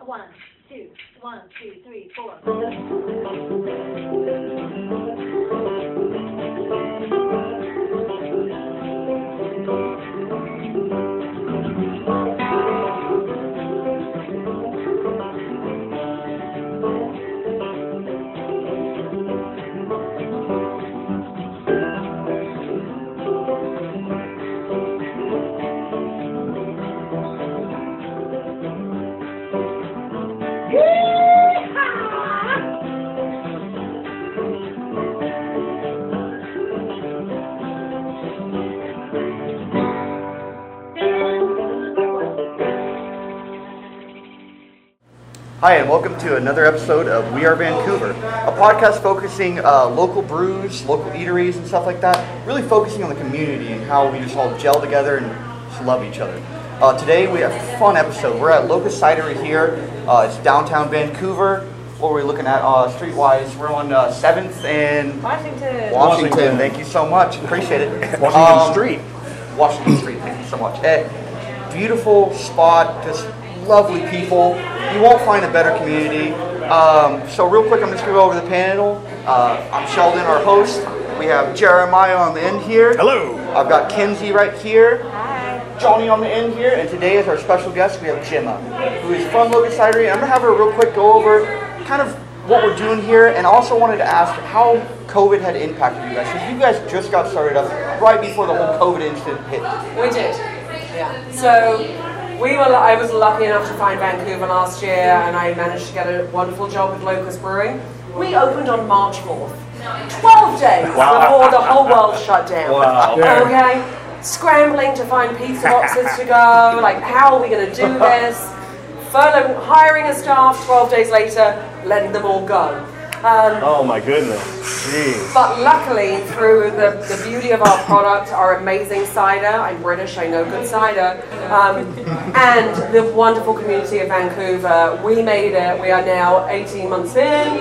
One, two, one, two, three, four. Hi, and welcome to another episode of We Are Vancouver, a podcast focusing uh, local brews, local eateries, and stuff like that. Really focusing on the community and how we just all gel together and just love each other. Uh, today we have a fun episode. We're at Locust Cidery here. Uh, it's downtown Vancouver. What are we looking at? Uh, streetwise, we're on uh, Seventh and Washington. Washington. Washington. Thank you so much. Appreciate it. Washington Um, Street. Washington Street. Thank you so much. Eh, beautiful spot, just lovely people. You won't find a better community. Um, so real quick, I'm just going to go over the panel. Uh, I'm Sheldon, our host. We have Jeremiah on the end here. Hello. I've got Kinsey right here. Hi. Johnny on the end here, and today is our special guest. We have Gemma, who is from Logan Cidery. I'm gonna have her real quick go over kind of what we're doing here, and I also wanted to ask how COVID had impacted you guys. Because you guys just got started up right before the whole COVID incident hit. We did. Yeah. So we were. I was lucky enough to find Vancouver last year, and I managed to get a wonderful job with Locust Brewing. We opened on March 4th, 12 days Wow. before the whole world shut down. Wow. Yeah. Okay. Scrambling to find pizza boxes to go. Like, how are we going to do this? Furlough, hiring a staff 12 days later, letting them all go. Um, Oh my goodness. Jeez. But luckily, through the, the beauty of our product, our amazing cider, I'm British, I know good cider, um, and the wonderful community of Vancouver, we made it. We are now 18 months in,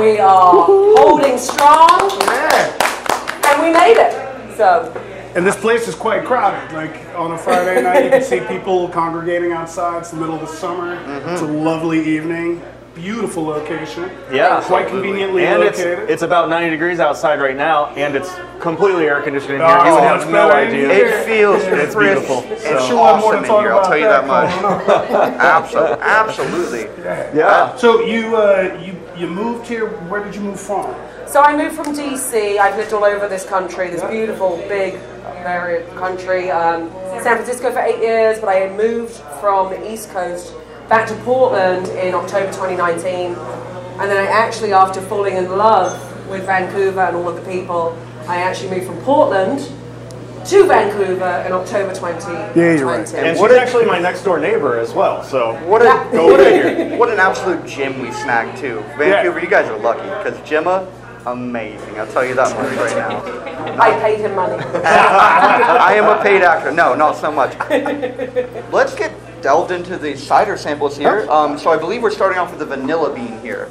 we are holding strong, and we made it. So, And this place is quite crowded. Like on a Friday night, you can see people congregating outside. It's the middle of the summer. Mm-hmm. It's a lovely evening. Beautiful location. Yeah. Quite conveniently And it's, located. it's about 90 degrees outside right now, and it's completely air conditioned in here. Oh, you would that's have no better. idea. It feels It's crisp beautiful. and So- Sure want more awesome to in talk here. I'll about tell you that much. Colin. Absolutely, absolutely. Yeah. so you uh, you you moved here. Where did you move from? so I moved from DC, I've lived all over this country, this beautiful, big, varied country, um, San Francisco for eight years, but I had moved from the East Coast back to Portland in October 2019. And then I actually, after falling in love with Vancouver and all of the people, I actually moved from Portland to Vancouver in October 2020. Yeah, you're right. And What she's a- actually my next door neighbor as well. So What a Go what, figure. a, what an absolute gem we snagged too. Vancouver, you guys are lucky because Gemma, amazing. I'll tell you that much right now. I paid him money. I am a paid actor. No, not so much. Let's get delved into the cider samples here. Um, so I believe we're starting off with the vanilla bean here.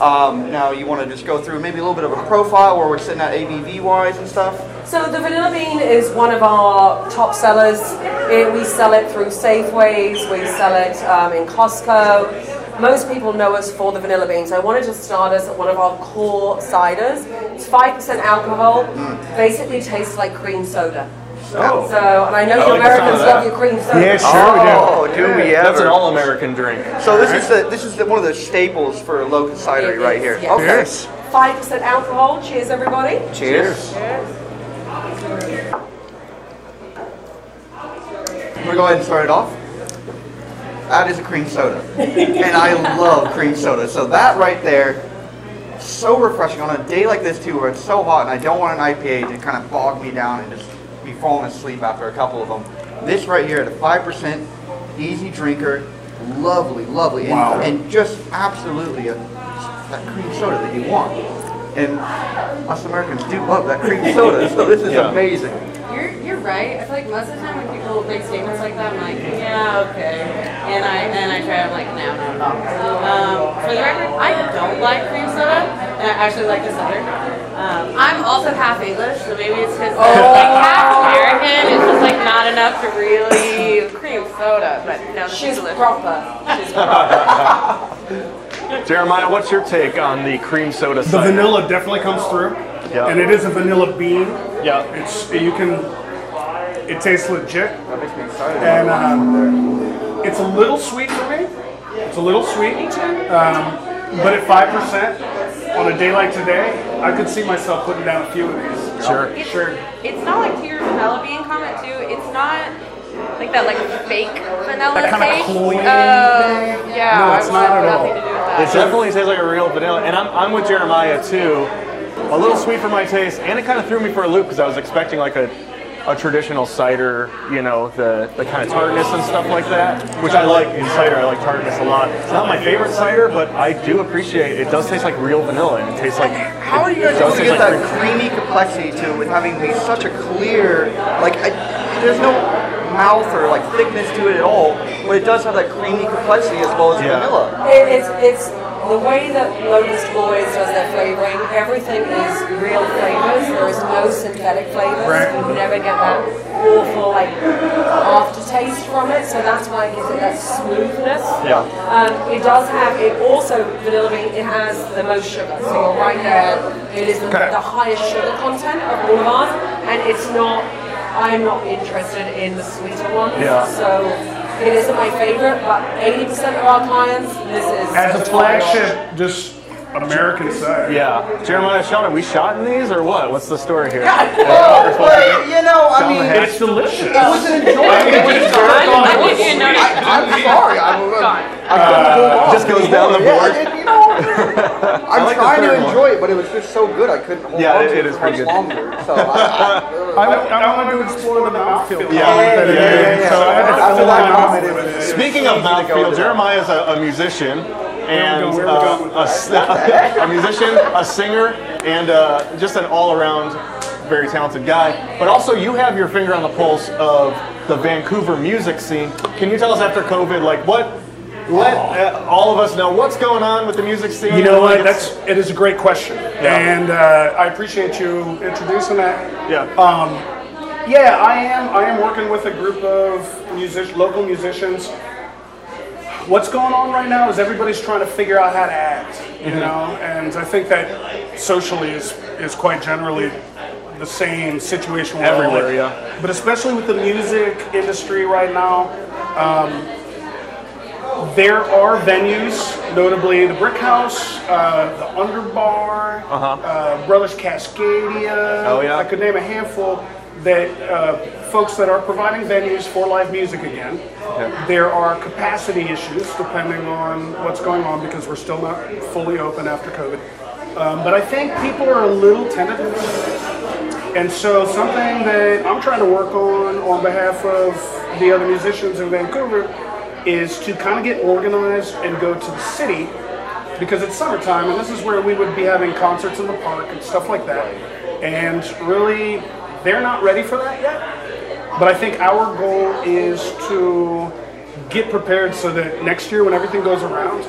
Um, now you want to just go through maybe a little bit of a profile where we're sitting at ABV wise and stuff. So the vanilla bean is one of our top sellers. It, we sell it through Safeways. We sell it um, in Costco. Most people know us for the vanilla bean. So I wanted to start us at one of our core ciders. It's five percent alcohol. Mm. Basically, tastes like cream soda. Oh. So, and I know you like the sound of Americans that. love your cream soda. Yeah, sure. Oh, do we ever? that's an all-American drink. so this is the this is the, one of the staples for Locust Cidery right here. Okay. Five percent alcohol. Cheers, everybody. Cheers. I'm gonna go ahead and start it off. That is a cream soda, and I love cream soda. So that right there, so refreshing on a day like this too, where it's so hot, and I don't want an IPA to kind of bog me down and just be falling asleep after a couple of them. This right here at a five percent, easy drinker, lovely, lovely, and, Wow. and just absolutely a, that cream soda that you want. And us Americans do love that cream soda, so this is Yeah. amazing. You're, you're right. I feel like most of the time when people make statements like that, I'm like, yeah, okay. And I and I try. I'm like, no, no, no. Um, for the record, I don't like cream soda, and I actually like this other. Um, I'm also half English, so maybe it's because I'm like half American. It's just like not enough to really cream soda, but no, She's delicious. proper. She's proper. Jeremiah, what's your take on the cream soda The cider? vanilla definitely comes through, Yeah. and it is a vanilla bean. Yeah. It's you can. It tastes legit. And um, it's a little sweet for me. It's a little sweet. Um, but at five percent on a day like today, I could see myself putting down a few of these. Sure. It's, Sure. It's not like to your vanilla bean comment too. It's not like that like fake vanilla That kinda taste. cloying. Oh, yeah. No, I it's would not have at all. nothing to do with that. It definitely tastes like a real vanilla, and I'm, I'm with Jeremiah too. A little sweet for my taste, and it kind of threw me for a loop because I was expecting like a, a traditional cider, you know, the, the kind of tartness and stuff like that, which I like in cider. I like tartness a lot. It's not my favorite cider, but I do appreciate it. Does taste like real vanilla, and it tastes like How are you guys it does able taste to get like that cream creamy complexity to it with having these such a clear, like, I, there's no mouth or like thickness to it at all, but it does have that creamy complexity as well as Yeah. vanilla. It, it's it's the way that Lotus Glories does their flavoring. Everything is real flavors. There is no synthetic flavors. Right. You never get that awful like aftertaste from it. So that's why it gives it that smoothness. Yeah. Um, it does have. It also vanilla bean. It has the most sugar. So you're right there. It is the, Okay. the highest sugar content of all of ours, and it's not. I'm not interested in the sweeter ones. Yeah. So it isn't my favorite, but 80% of our clients, this is. As a flagship, just an American side. Yeah. Jeremiah Sheldon, we shot in these or what? What's the story here? Oh, But, you know, I mean, it It's delicious. was an enjoyable I didn't even notice. I'm sorry, I'm, Gone. I couldn't hold on. just goes down the Yeah, board. I didn't, you know, I'm I like the trying third to one. enjoy it, but it was just so good I couldn't hold Yeah, on it- to it it, is for much pretty good. longer. So I, I, I, want to explore the mouthfeel. Yeah, yeah, yeah, yeah. So I had to After fill that my mouth comment, it with was- it. Speaking of Easy to go mouthfeel, to. Jeremiah's a, a musician and Where we uh, going with a, s- a musician, a singer, and uh, just an all-around very talented guy. But also, you have your finger on the pulse of the Vancouver music scene. Can you tell us after COVID, like what? Let uh, all of us know what's going on with the music scene. You know Like, what? it's- That's it is a great question, Yeah. and uh, I appreciate you introducing that. yeah. Yeah, I am. I am working with a group of music, local musicians. What's going on right now is everybody's trying to figure out how to act, you know, and I think that socially is is quite generally the same situation we're all in. Everywhere, yeah. But especially with the music industry right now, there are venues, notably the Brick House, uh, the Underbar, uh Brothers Cascadia. Uh-huh. Oh, yeah. I could name a handful that uh, folks that are providing venues for live music again. There are capacity issues depending on what's going on because we're still not fully open after COVID. Um, but I think people are a little tentative. And so something that I'm trying to work on on behalf of the other musicians in Vancouver is to kind of get organized and go to the city because it's summertime and this is where we would be having concerts in the park and stuff like that. And really, they're not ready for that yet. But I think our goal is to get prepared so that next year when everything goes around,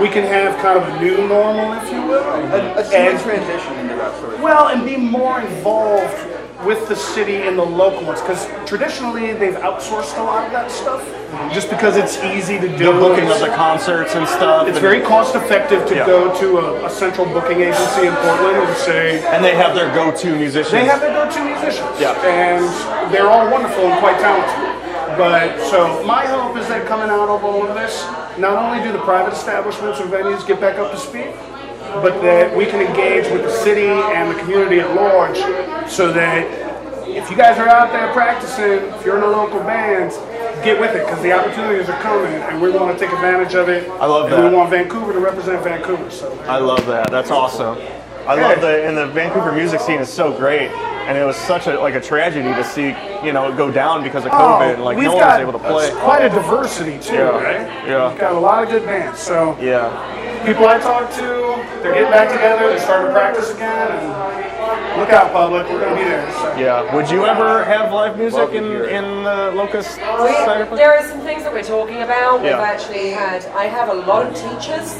we can have kind of a new normal, if you will. a smooth transition into that sort of Well, and be more involved with the city and the local ones, because traditionally they've outsourced a lot of that stuff, Um, just because it's easy to do. the booking of the concerts and stuff. It's and- very cost effective to Yeah. go to a, a central booking agency in Portland and say, And they have their go-to musicians. they have their go-to musicians, Yeah. and they're all wonderful and quite talented. But so my hope is that coming out of all of this, not only do the private establishments and venues get back up to speed, but that we can engage with the city and the community at large, so that if you guys are out there practicing, if you're in a local band, get with it because the opportunities are coming, and we want to take advantage of it. I love And that. we want Vancouver to represent Vancouver. So I love that. That's awesome. I love the and the Vancouver music scene is so great, and it was such a like a tragedy to see you know it go down because of COVID. and, like Oh, we've no one was got able to play. Quite a diversity too, Yeah, right? yeah. We've got a lot of good bands. So Yeah, people I talk to, they're getting back together, they're starting to practice again, and look out, public, we're gonna be there. So. yeah. Would you ever have live music in in the Locust Cider We, Place? there are some things that we're talking about. We've Yeah. actually had, I have a lot of teachers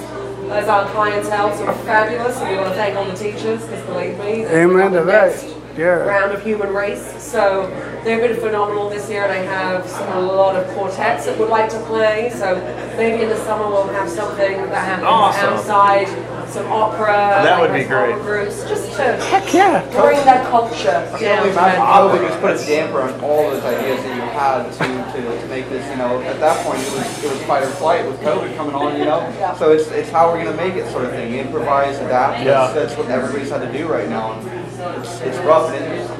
as our clientele, so fabulous, and we want to thank all the teachers, because believe me, they're Amen to the that. next Yeah. round of human race. So they've been phenomenal this year, and I have a lot of quartets that would like to play. So maybe in the summer we'll have something that happens Awesome. outside, some opera. That would like be great. opera Groups, just to Heck yeah. bring that culture down. to Vancouver. Probably just put a damper on all those ideas that you had to, to, to make this, you know, at that point, it was, it was fight or flight with COVID coming on, you know? So it's, it's how we're gonna make it sort of thing, improvise, adapt, Yeah. that's, that's what everybody's had to do right now. and It's, it's rough, and it's,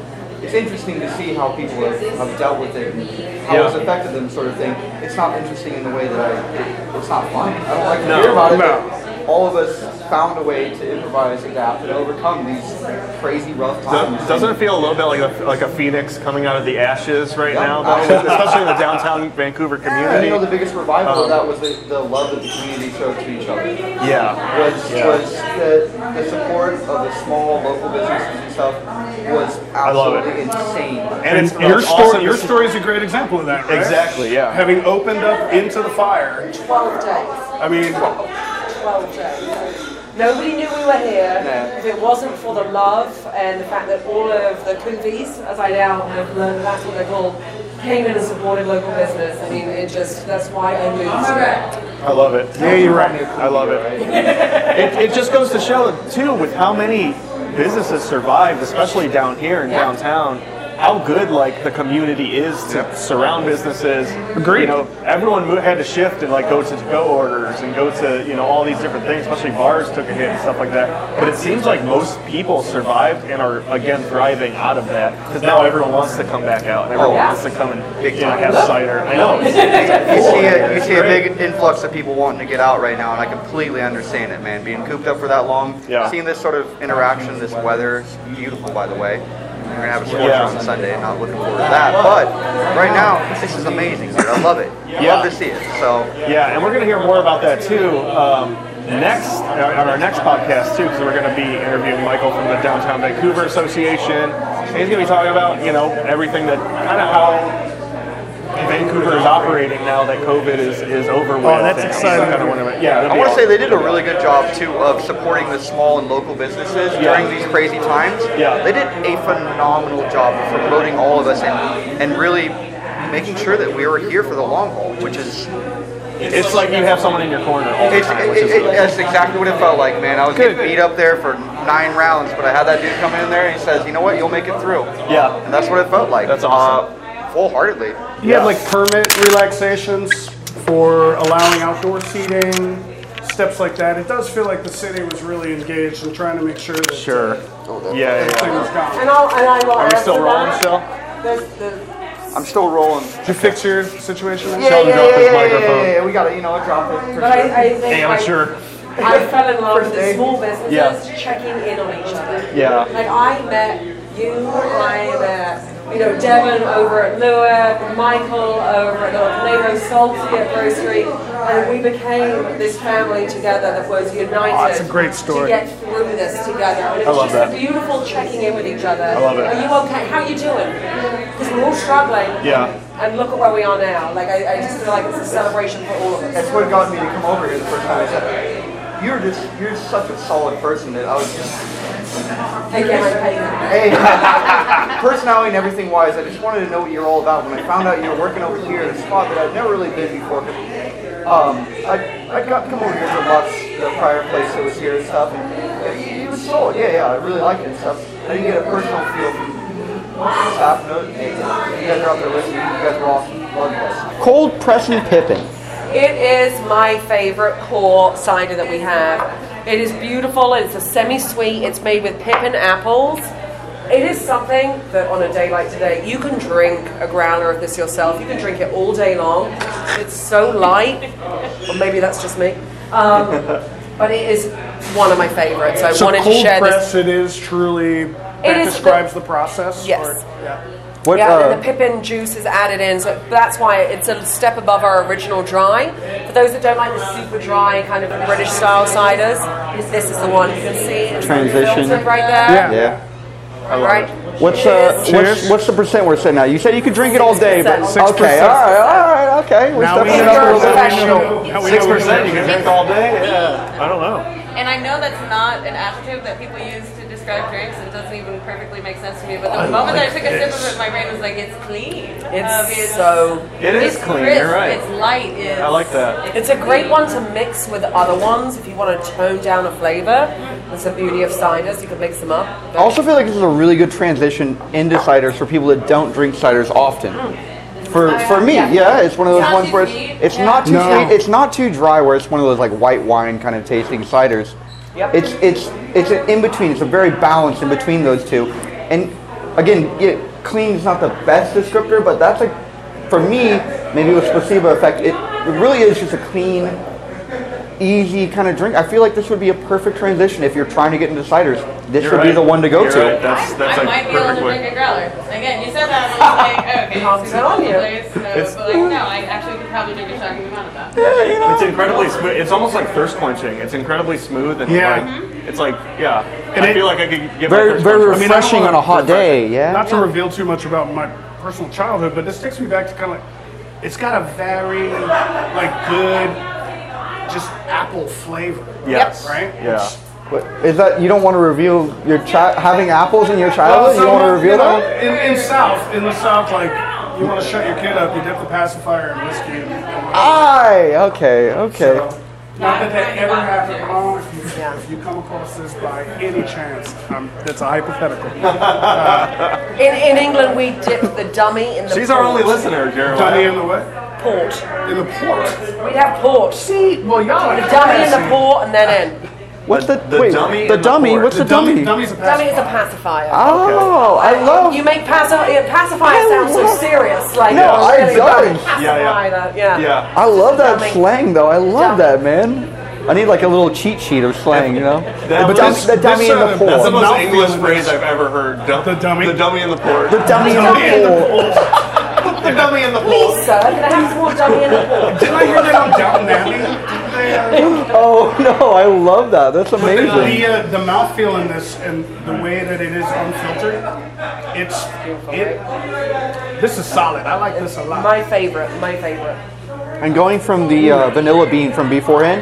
it's interesting to see how people have, have dealt with it, and how it's Yeah. affected them, sort of thing. It's not interesting in the way that I, it's not fun, I don't like to hear about it, but all of us found a way to improvise, adapt, and overcome these crazy rough times. Does- Doesn't it feel a little bit like a, like a phoenix coming out of the ashes right Yeah. now, though? especially in the downtown Vancouver And you know, the community? biggest revival of Um, that was the, the love that the community showed to each other. Yeah. Was, Yeah. was the, the support of the small local businesses and stuff was love it. absolutely insane. And it's, and your it's story, awesome. your to- story is a great example of that, right? Exactly, yeah. Having opened up into the fire, 12 days. I mean, 12 days. uh, Nobody knew we were here. No. If it wasn't for the love and the fact that all of the Coovies, as I now have learned that's what they're called, came in and supported local business. I mean, it just, that's why I moved here. I love it. Yeah, you're right. I love it. It, it just goes to show, too, with how many businesses survived, especially down here in downtown, how good like the community is to surround businesses. Agreed. You know, everyone mo- had to shift and like go to go orders and go to you know all these different things. Especially bars took a hit and stuff like that. But it seems like most people survived and are again thriving out of that because now everyone wants to come back out. and Everyone Oh. wants to come and you know, have cider. I know. You see, a, you see a big influx of people wanting to get out right now, and I completely understand it, man. Being cooped up for that long, Yeah. seeing this sort of interaction, this weather, it's beautiful, by the way. We're gonna have a scorcher Yeah. on Sunday. Not looking forward to that, but right now this is amazing. Dude. I love it. Yeah. Love to see it. So Yeah, and we're going to hear more about that too um, next uh, on our next podcast too, because we're going to be interviewing Michael from the Downtown Vancouver Association. And he's going to be talking about you know everything that kind of how Vancouver is operating now that COVID is, is over with. Oh, that's And exciting. kinda wanna- yeah, I want to say they did a really good job too of supporting the small and local businesses Yeah. during these crazy times. Yeah. They did a phenomenal job of promoting all of us and, and really making sure that we were here for the long haul, which is it's like you have someone in your corner all the It's, time, it, which is it, that's exactly what it felt like, man. I was Good. getting beat up there for nine rounds, but I had that dude come in there and he says, "You know what? You'll make it through." yeah. And that's what it felt like. That's awesome. Uh, wholeheartedly. you had like permit relaxations for allowing outdoor seating, steps like that. It does feel like the city was really engaged in trying to make sure that Sure. Yeah, yeah, that thing yeah. was gone. And I'll, and I will Are we add still to rolling that, still? There's the I'm still rolling. Did you fix your situation? Yeah, Sheldon yeah, dropped yeah, his yeah, yeah, microphone. yeah, yeah, We got to, you know, drop it. For But sure. I, I think Amateur. Like, I fell in love with the small businesses Yeah. checking in on each other. Yeah. Like I met you, I met you know Devon over at Lua, Michael over at Lego Salty at Grocery, and we became this family together that was united. Oh, that's a great story. To get through this together, and it was I love just a that. beautiful checking in with each other. I love it. Are you okay? How you doing? Because we're all struggling. Yeah. And look at where we are now. Like I, I just feel like it's a celebration for all of us. That's what got me to come over here the first time. I said, "You're just, you're such a solid person that I was just Again, I pay them. Hey, personality and everything wise, I just wanted to know what you're all about. When I found out you were working over here in a spot that I've never really been before, 'cause, um, I I got come over here to Lux, the prior place that was here and stuff. And it, it was solid. Yeah, yeah, I really liked it and stuff. I didn't get a personal feel from staff. No, hey, you guys are out there listening. You guys are awesome. Love you guys. Cold pressing pippin. It is my favorite core cider that we have. It is beautiful. It's a semi-sweet. It's made with pippin apples. It is something that on a day like today, you can drink a growler of this yourself. You can drink it all day long. It's so light, or maybe that's just me. Um, but it is one of my favorites. I So wanted to cold share this. press, it is truly, that is the- describes the process? Yes. or- yeah. What, yeah, and uh, then the pippin juice is added in, so that's why it's a step above our original dry. For those that don't like the super dry kind of British style ciders, this is the one you can see. It's Transition. filtered right there. Yeah. Right. What's uh? What's, what's the percent we're sitting at? You said you could drink it all day, but 6%. okay, all right, all right, all okay, we're Now we stepping it know up a little bit. professional. Now we know Six percent, you can drink all day. Yeah, I don't know. And I know that's not an adjective that people use to describe drinks, and it doesn't even perfectly make sense to me. But the moment that I took a sip of it, my brain was like, "It's clean. Um, It's uh, so. It is it's clean. Crisp, You're right. It's light. It's, I like that. It's a great one to mix with other ones if you want to tone down a flavor. That's the beauty of ciders. You can mix them up. I also feel like this is a really good transition into ciders for people that don't drink ciders often. For for me, yeah, it's one of those Not ones too where it's, sweet? it's Yeah. not too No. sweet, it's not too dry, where it's one of those like white wine kind of tasting ciders. Yep. It's it's it's an in between. It's a very balanced in between those two, and again, yeah, clean is not the best descriptor, but that's like for me maybe with placebo effect, it, it really is just a clean easy kind of drink. I feel like this would be a perfect transition if you're trying to get into ciders. This You're would be right. the one to go You're to. right. That's that's I a might be able to perfect way. drink a growler. Again, you said that, and I was like, okay, I'm it's telling you. place, so, It's- but like, no, I actually could probably drink a shocking amount of that. It's incredibly smooth. It's almost like thirst quenching. It's incredibly smooth and Yeah. like it's like yeah. And I it- feel like I could give my Very thirst very quench. I mean, I don't refreshing know. on a hot day, Not yeah. to reveal too much about my personal childhood, but this takes me back to kind of like, it's got a very like good, just apple flavor. Yes. Right? Yeah. But Is that you don't want to reveal your child having apples in your childhood? you don't want to reveal that? In, in South, in the South, like you want to shut your kid up, you dip the pacifier in whiskey. And, and Aye, okay, okay. not that that ever happened. Oh, if you, if you come across this by any chance, um, that's a hypothetical. In, in England, we dip the dummy in the She's our only port. listener, Dummy in Jeremiah. the what? Port. In the port. We'd have port. See, well, y'all are The dummy in the port and then in. What's the, The wait? dummy the and the dummy. fork. what's the, The dummy. dummy? Dummy's a Dummy is pacifier. a pacifier. Oh, I love. You make pacif- yeah, pacifier I sound so love- serious. Like, No, oh, I really don't. about to Pacify Yeah, yeah. That. yeah. Yeah. I love that Dummy. slang though. I love Dummy. that man. I need like a little cheat sheet of slang, you know. That the, was- dummy, the dummy this, in the uh, pool. That's the Well, most mouth English feeling phrase is- I've ever heard. Du- The dummy. The dummy in the port. the dummy Oh, in the pool. the dummy in the Please, sir, can I have some more dummy in the port? Didn't I hear that on Downton Abbey? Didn't they, uh, Oh no, I love that. That's but the, amazing. the, uh, the mouthfeel in this and the way that it is unfiltered, it's it. This is solid. I like this a lot. My favorite, my favorite. And going from the uh, vanilla bean from beforehand,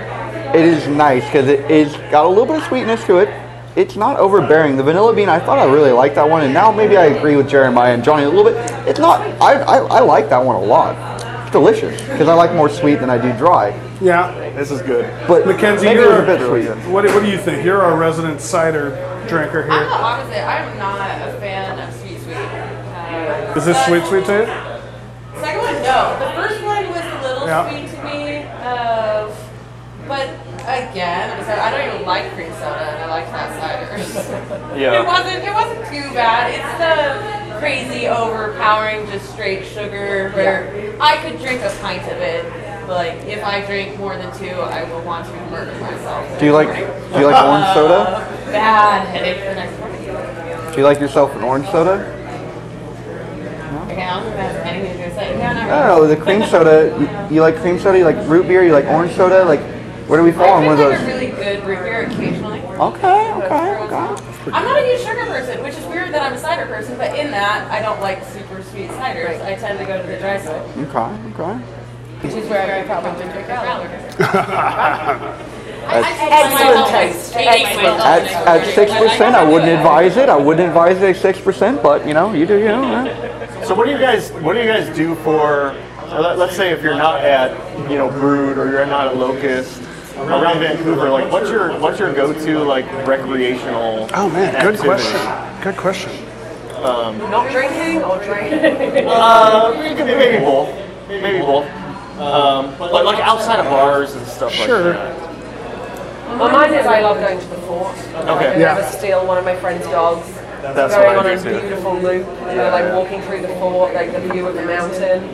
it is nice because it is got a little bit of sweetness to it. It's not overbearing. The vanilla bean, I thought I really liked that one, and now maybe I agree with Jeremiah and Johnny a little bit. It's not. I I, I like that one a lot. It's delicious because I like more sweet than I do dry. Yeah, This is good. But Mackenzie, maybe it was you're a bit sweet. What, do- what do you think? You're our resident cider drinker I'm the Ah. here. opposite. I'm not a fan of sweet sweet. Uh, Is this but- sweet, sweet to you? Second one, no. The first one was a little Yeah. sweet to me. Uh, but again, I'm sorry, I don't even like cream soda, and I like flat cider. Yeah. It wasn't. It wasn't too bad. It's the crazy, overpowering, just straight sugar. Where I could drink a pint of it. Like if I drink more than two, I will want to murder myself. Do you like Do you like orange soda? Bad headache for the next morning. Do you like yourself an orange soda? Okay, I don't think that's anything to say. No, not I don't know. The cream soda. You, you like cream soda? You like root beer? You like orange soda? Like, where do we fall I on drink one of like those? a really good root beer occasionally. Okay, okay, okay. I'm not a huge sugar person, which is weird that I'm a cider person, but in that, I don't like super sweet ciders. I tend to go to the dry side, Okay, okay. which is where I probably drink a growler. Excellent taste. Excellent. At, at six percent, I wouldn't advise it. I wouldn't advise it at six percent, but you know, you do, you know. yeah. So what do you guys what do you guys do for so let, let's say if you're not at you know Brood or you're not at Locust around Vancouver like what's your what's your go to like recreational Oh man, good activity? question. Good question. Not drinking or drinking? Uh, maybe, maybe both maybe both um, but like outside of bars and stuff Sure. like that. Well, mine is I love going to the fort. I Okay. could Yeah. never steal one of my friend's dogs. That's Going what I on do a too. beautiful loop, you know, like walking through the fort, like the view of the mountain.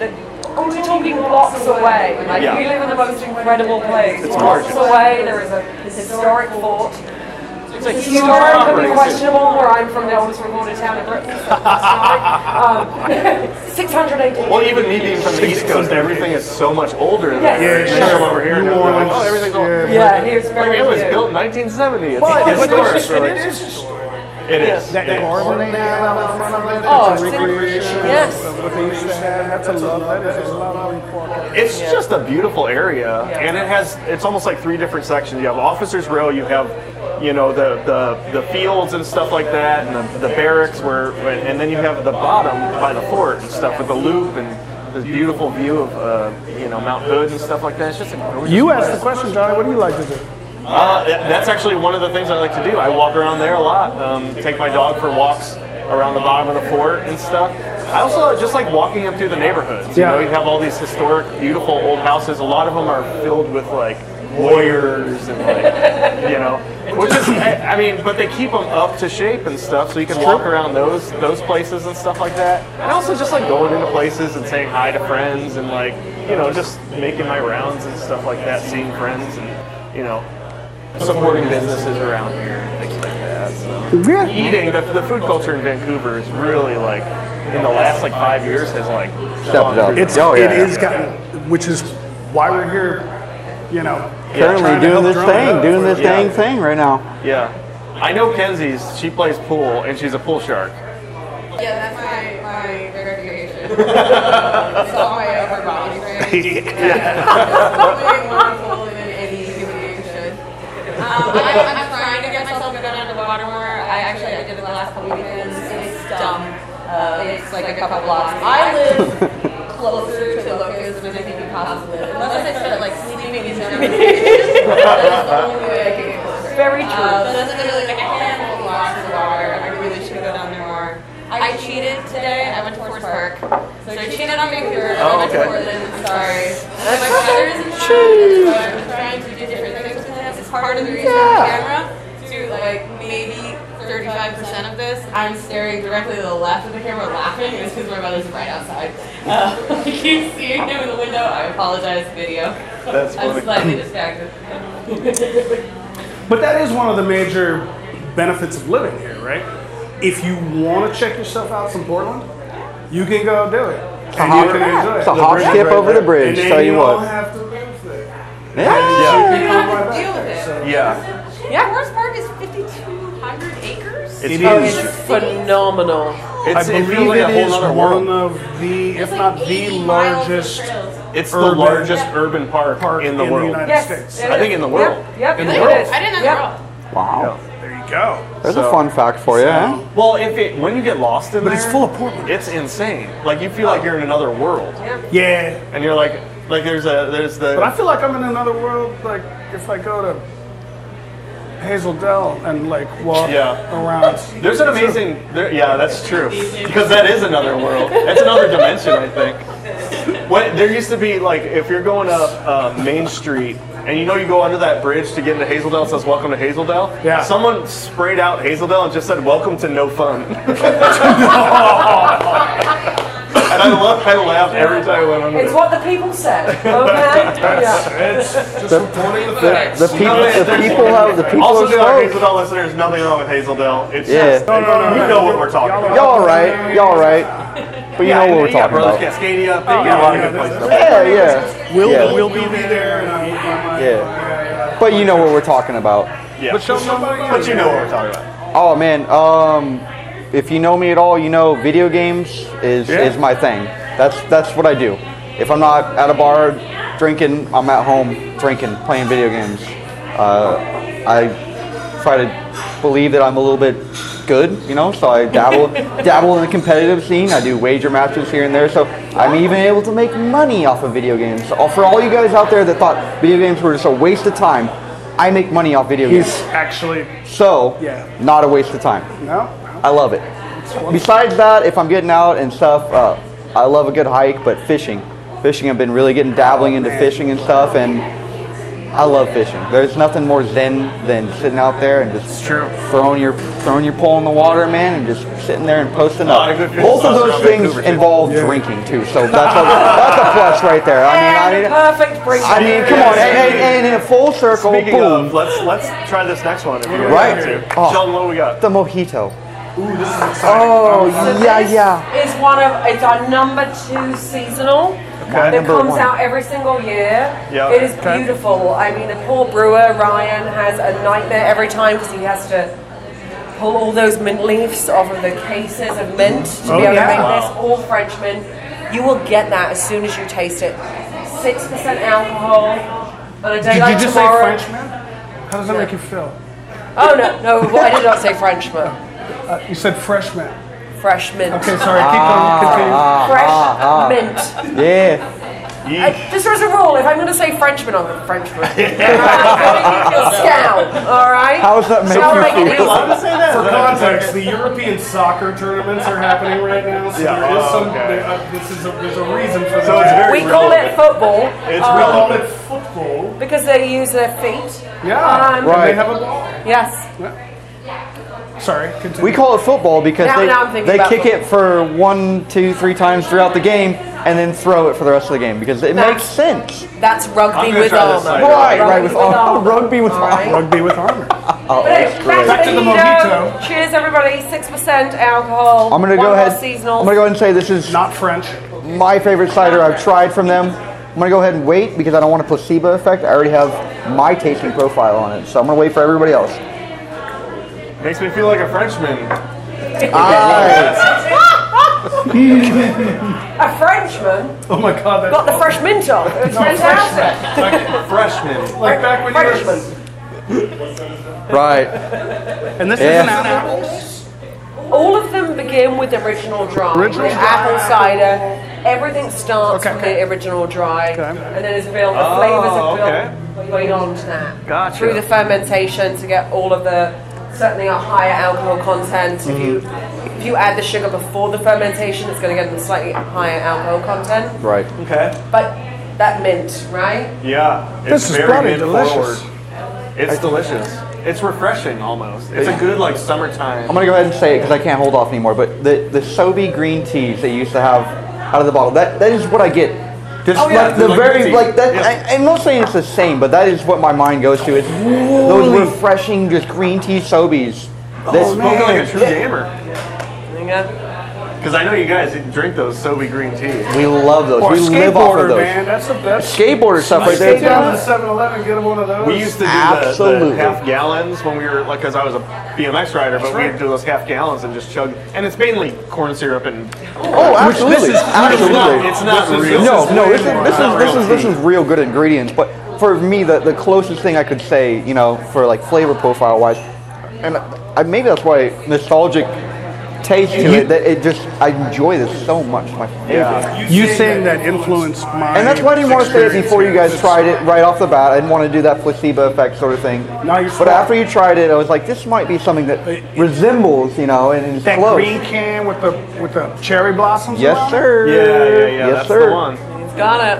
The- oh, we're talking blocks away. Like Mm-hmm. Yeah. we live in the most incredible place. blocks gorgeous. away, there is a historic fort. It's like Historic could be questionable where I'm from, the oldest recorded town in Britain. so it's historic. Um, 600 AD. Well, even me being from the East Coast, everything is so much older than Yes. everything Yeah, from over here. and New I'm like, Orleans. oh, everything's old. Yeah, here's Like, very it was good. built in 1970. It's Well, historic. it's- really. It is historic. It is. That, It that is. garden they have out in front of it, Oh, that's a it's in- recreation of- yes. of what they used to have. That's a love, that is a love. It's just a beautiful area, and it has. It's almost like three different sections. You have officers' row. You have, you know, the the, the fields and stuff like that, and the, the barracks where, and then you have the bottom by the fort and stuff with the loop and this beautiful view of, uh, you know, Mount Hood and stuff like that. It's just a gorgeous You asked the place. question, Johnny, what do you like to do? Uh, th- that's actually one of the things I like to do. I walk around there a lot. Um, take my dog for walks around the bottom of the fort and stuff. I also just like walking up through the neighborhoods. You Yeah. know, you have all these historic, beautiful old houses. A lot of them are filled with like warriors and like you know, which is I, I mean, but they keep them up to shape and stuff, so you can walk around those those places and stuff like that. And also just like going into places and saying hi to friends and like you know just making my rounds and stuff like that, seeing friends and you know supporting businesses around here and things like that. So. Eating the, the food culture in Vancouver is really like in the last like five years has like Stepped up. It's, Oh, yeah, it yeah, is yeah. gotten, which is why we're here, you know. Currently trying to doing help this drum it thing, up. doing this Yeah. dang thing right now. yeah. I know Kenzie's. She plays pool and she's a pool shark. Yeah, that's my, my recreation. it's all my upper body strength. Doing wonderful than any human being should. Um, I, I'm trying to get myself good underwater more. I actually I did it the last couple weekends. It's dumb. Uh, it's like a couple blocks. I live closer to Locust than I think you possibly live. Unless I start like sleeping in general. That's the only way I can get closer. Very true. Uh, but that's literally like a handful of blocks of water. I really should go down there more. I cheated today. I went to Forest Park. So I cheated on Vancouver. I went Oh, okay. to Portland. I'm sorry. So my brother is in charge. So I'm trying to do different things with him. It's part of the reason I'm on camera. To like maybe 35% of this, I'm staring directly to the left of the camera laughing. It's because my brother's right outside. Uh, I keep seeing him in the window. I apologize, video. That's I'm funny. slightly distracted. But that is one of the major benefits of living here, right? If you want to check yourself out from Portland, you can go do it. It's a hop- it's a hop skip over the bridge, And then tell you don't what. have to live there. Yeah. You don't have to deal with it. Yeah. Yeah, Forest Park is 5,200 acres. It's, It huge. is. It's phenomenal. I It's, it believe feels like it a is whole other world. one of the, if It's like not the 80 miles of largest trails. It's the urban largest urban park, park in the world. United Yes. States. it I think is. in the world. Yep. yep In the it world. is. I didn't know Yep. that. Wow. There you go. There's So- a fun fact for you. eh? Well, if it when you get lost in But there, it's full of Portland. Oh. It's insane. Like you feel like you're in another world, Yeah. and you're like like there's a there's the But I feel like I'm in another world. Like if I go to Hazel Dell and like walk Yeah. around. There's an amazing, there, yeah, that's true. Because that is another world. That's another dimension, I think. What there used to be like, if you're going up uh, Main Street and you know you go under that bridge to get into Hazeldale, it says "Welcome to Hazeldale." Yeah. Someone sprayed out Hazeldale and just said "Welcome to No Fun." and I love, I laughed every time I went under. It's there. what the people said. Okay. yeah. It's just reporting the facts. The people, the people have the people also, are to our stoked. Hazeldale listeners, nothing wrong with Hazeldale. It's Yeah. just, no, no, no, you know what we're talking about. Y'all right, y'all right. But you know what we're yeah, talking Brothers about. Cascadia. Oh, They got a lot of good places. Yeah, yeah. We'll, yeah. we'll be there. And uh, I'm, Yeah. But you know what we're talking about. Yeah. But show somebody. But you know what we're talking about. Oh man, um, if you know me at all, you know video games is Yeah. is my thing. That's that's what I do. If I'm not at a bar drinking, I'm at home drinking, playing video games. Uh, I try to believe that I'm a little bit good, you know. So I dabble dabble in the competitive scene. I do wager matches here and there. So I'm even able to make money off of video games. So for all you guys out there that thought video games were just a waste of time, I make money off video games. He's actually So, Yeah. not a waste of time. no. I love it. Besides that, if I'm getting out and stuff, uh, I love a good hike, but fishing. Fishing, I've been really getting dabbling into fishing and stuff, and I love fishing. There's nothing more zen than sitting out there and just true. throwing your throwing your pole in the water, man, and just sitting there and posting lot up. of good fishing Both of spots those around things Vancouver, too. involve drinking too, so that's a, that's a plus right there. I mean, I mean, perfect bridge. I mean, come on, and, and, and in a full circle, Speaking boom, of, let's let's try this next one if you guys Right. want to. Oh. Sheldon, what we got? the mojito. Ooh, this is exciting. Oh So yeah, this yeah. Is one of it's our number two seasonal. That number comes one. out every single year. Yeah. It is Okay. beautiful. I mean, the poor brewer Ryan has a nightmare every time because he has to pull all those mint leaves off of the cases of mint to Oh, be able yeah. to make Wow. this all French mint. You will get that as soon as you taste it. Six percent alcohol on a day Did like you just say tomorrow. Frenchman? How does that make you feel? Oh no, no, well, I did not say French mint. Uh, you said freshman. Fresh mint. Okay, Ah, sorry. Keep Ah. going. Continue. Fresh mint. Yeah. I, Uh, just as a rule, if I'm going to say Frenchman, I'm a Frenchman. Scowl, all right? How does that make Scowl you make it feel? easy. For context, the European soccer tournaments are happening right now, so Yeah, there is oh, some. okay. there- uh, this is a, there's a reason for So it's that. very We um, call it football um, It's we real. call it football. because they use their feet. Yeah, Um, and Right. they have a ball. Yes. Sorry, continue. We call it football because Now- they, now I'm thinking they about kick it for one, two, three times throughout the game and then throw it for the rest of the game because it That's- makes sense. That's rugby I'm gonna with try this armor. later. Right, Rugby right, with armor. Rugby with all right? armor. rugby with armor. Oh, But anyway, that's great. back to the mojito. Cheers, everybody. Six percent alcohol. I'm gonna One go more ahead. Seasonal. I'm gonna go ahead and say this is Not French. my favorite cider I've tried from them. I'm gonna go ahead and wait because I don't want a placebo effect. I already have my tasting profile on it, so I'm gonna wait for everybody else. Makes me feel like a Frenchman. Alright. A Frenchman Oh my God, that's got the fresh mint on. It was fantastic. Like freshman. like back when you were. Frenchman. Right. And this Yeah. isn't on apples. All of them begin with original dry. Original With dry. Apple cider. Everything starts Okay, with okay. the original dry, Okay. Oh, and then it's built. The flavors are built way on to that. Gotcha. Through the fermentation to get all of the certainly a higher alcohol content. If you Mm-hmm. if you add the sugar before the fermentation, it's going to get a slightly higher alcohol content. Right. Okay. But that mint, right? Yeah. This it's is very bloody mid-forward. delicious. It's delicious. It's refreshing almost. It's a good like summertime. I'm gonna go ahead and say it because I can't hold off anymore. But the the Sobe green teas they used to have out of the bottle that that is what I get. Just Oh, yeah, like the like green very tea. like that. Yeah. I, I'm not saying it's the same, but that is what my mind goes to. It's those refreshing just green tea Sobeys. oh, spoken like a true gamer. You know? Because I know you guys drink those Sobe green tea. We love those. Or we live off of skateboarder, those. man. That's the best. Skateboarder stuff right there. Get down to 7-Eleven, get one of those. We used to do the, Absolutely. the half gallons when we were like, because I was a BMX rider, but right. we'd do those half gallons and just chug. And it's mainly corn syrup and Oh, absolutely, absolutely. It's not, it's not real. no, no, this is way more. this It's not is this real is this tea. is real good ingredients. But for me, the the closest thing I could say, you know, for like flavor profile wise, and I, maybe that's why nostalgic taste to it that it just I enjoy this so much. My yeah. You saying that influenced my. And that's why I didn't want to say it experience before you here. guys It's- tried it right off the bat. I didn't want to do that placebo effect sort of thing. Now you're but smart. after you tried it, I was like, this might be something that resembles, you know, and is That close. green can with the with the cherry blossoms. on Yes, it? sir. Yeah, yeah, yeah. Yes, that's sir. the one. It's got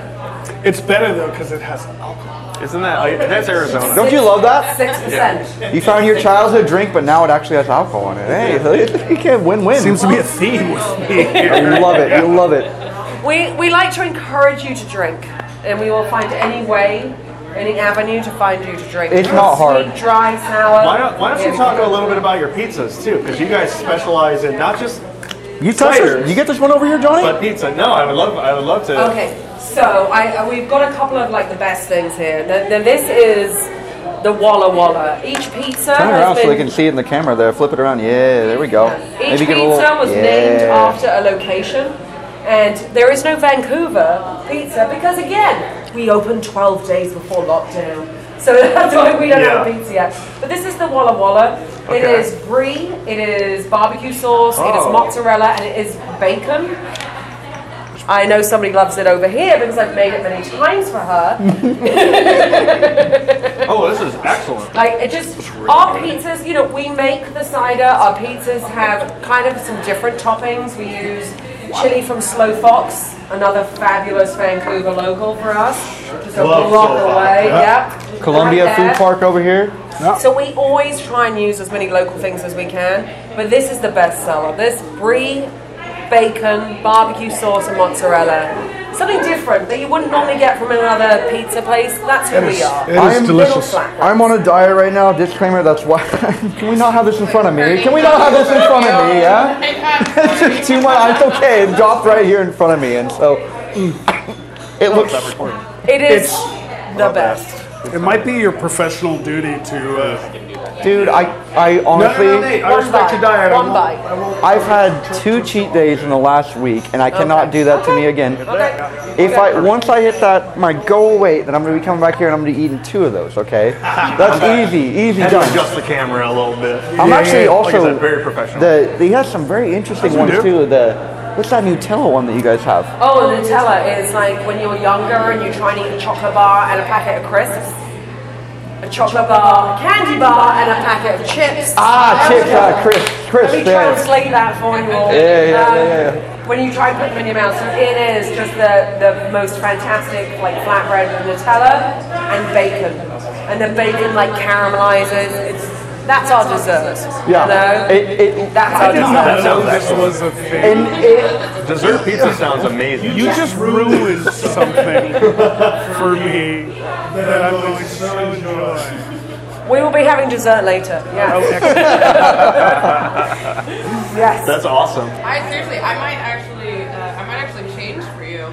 It's better though because it has alcohol. Isn't that like, that's Arizona? Don't you love that? it. Six percent. You found your childhood drink, but now it actually has alcohol in it. Hey, you can't win-win. Seems to be a theme with me. I love it. You love it. We we like to encourage you to drink, and we will find any way, any avenue to find you to drink. It's not hard. Sweet, dry, sour. Why don't, why don't you Yeah, talk a can- little bit about your pizzas too? Because you guys specialize in not just You touch this- you get this one over here, Johnny? but pizza. No, I would love I would love to. Okay, so I, uh, we've got a couple of like the best things here. Then, then this is the Walla Walla. Each pizza Turn it has around so been, they can see it in the camera there. Flip it around. Yeah, there we go. each Maybe pizza get a little. was yeah. named after a location, and there is no Vancouver pizza because again we opened 12 days before lockdown, so that's why we don't have a Yeah. pizza yet. But this is the Walla Walla. It Okay. is brie, it is barbecue sauce, it is Oh. mozzarella, and it is bacon. I know somebody loves it over here because I've made it many times for her. Oh, this is excellent. Like it just our pizzas, you know, we make the cider. Our pizzas have kind of some different toppings. We use chili from Slow Fox, another fabulous Vancouver local for us. Just a Love block Slow Fox, away. yeah. Yep. Columbia Right there. Food Park over here. So we always try and use as many local things as we can, but this is the best seller. This brie, bacon, barbecue sauce, and mozzarella. Something different that you wouldn't normally get from another pizza place. That's who we are. It is I'm- delicious. Little flat. I'm on a diet right now. Disclaimer. That's why. Can we not have this in front of me? Can we not have this in front of me? Yeah. It's just too much. It's okay. It dropped right here in front of me, and so mm. it looks. It is It's- the best. It might be your professional duty to uh, Dude, I, I honestly, no, no, Nate, I One respect bite. your diet. I One won't- bite. I won't- I've had two cheat days in the last week, and I cannot do that to me again. Okay. If I once I hit that my goal weight, then I'm gonna be coming back here and I'm gonna be eating two of those. Okay, that's easy, easy And done. adjust the camera a little bit. I'm actually like I also said, very professional. The they have some very interesting ones do. too. The what's that Nutella one that you guys have? Oh, and Nutella is like when you're younger and you try and eat a chocolate bar and a packet of crisps, a chocolate bar, candy bar, and a packet of chips. Ah, chips, ah, crisp, Let me crisp. Yeah. translate that for you all. Yeah, yeah, Um, yeah, yeah. When you try and put them in your mouth, so it is just the, the most fantastic like flatbread with Nutella and bacon, and the bacon like caramelizes. It's that's our dessert. Yeah. You know? It- it- that's our dessert. that sounds This excellent. was a thing. And it, Dessert pizza sounds amazing. You just ruined something for me that I'm going to so enjoy. We will be having dessert later. Yeah. Yes. That's awesome. I seriously, I might actually, uh, I might actually change for you.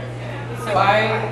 So I,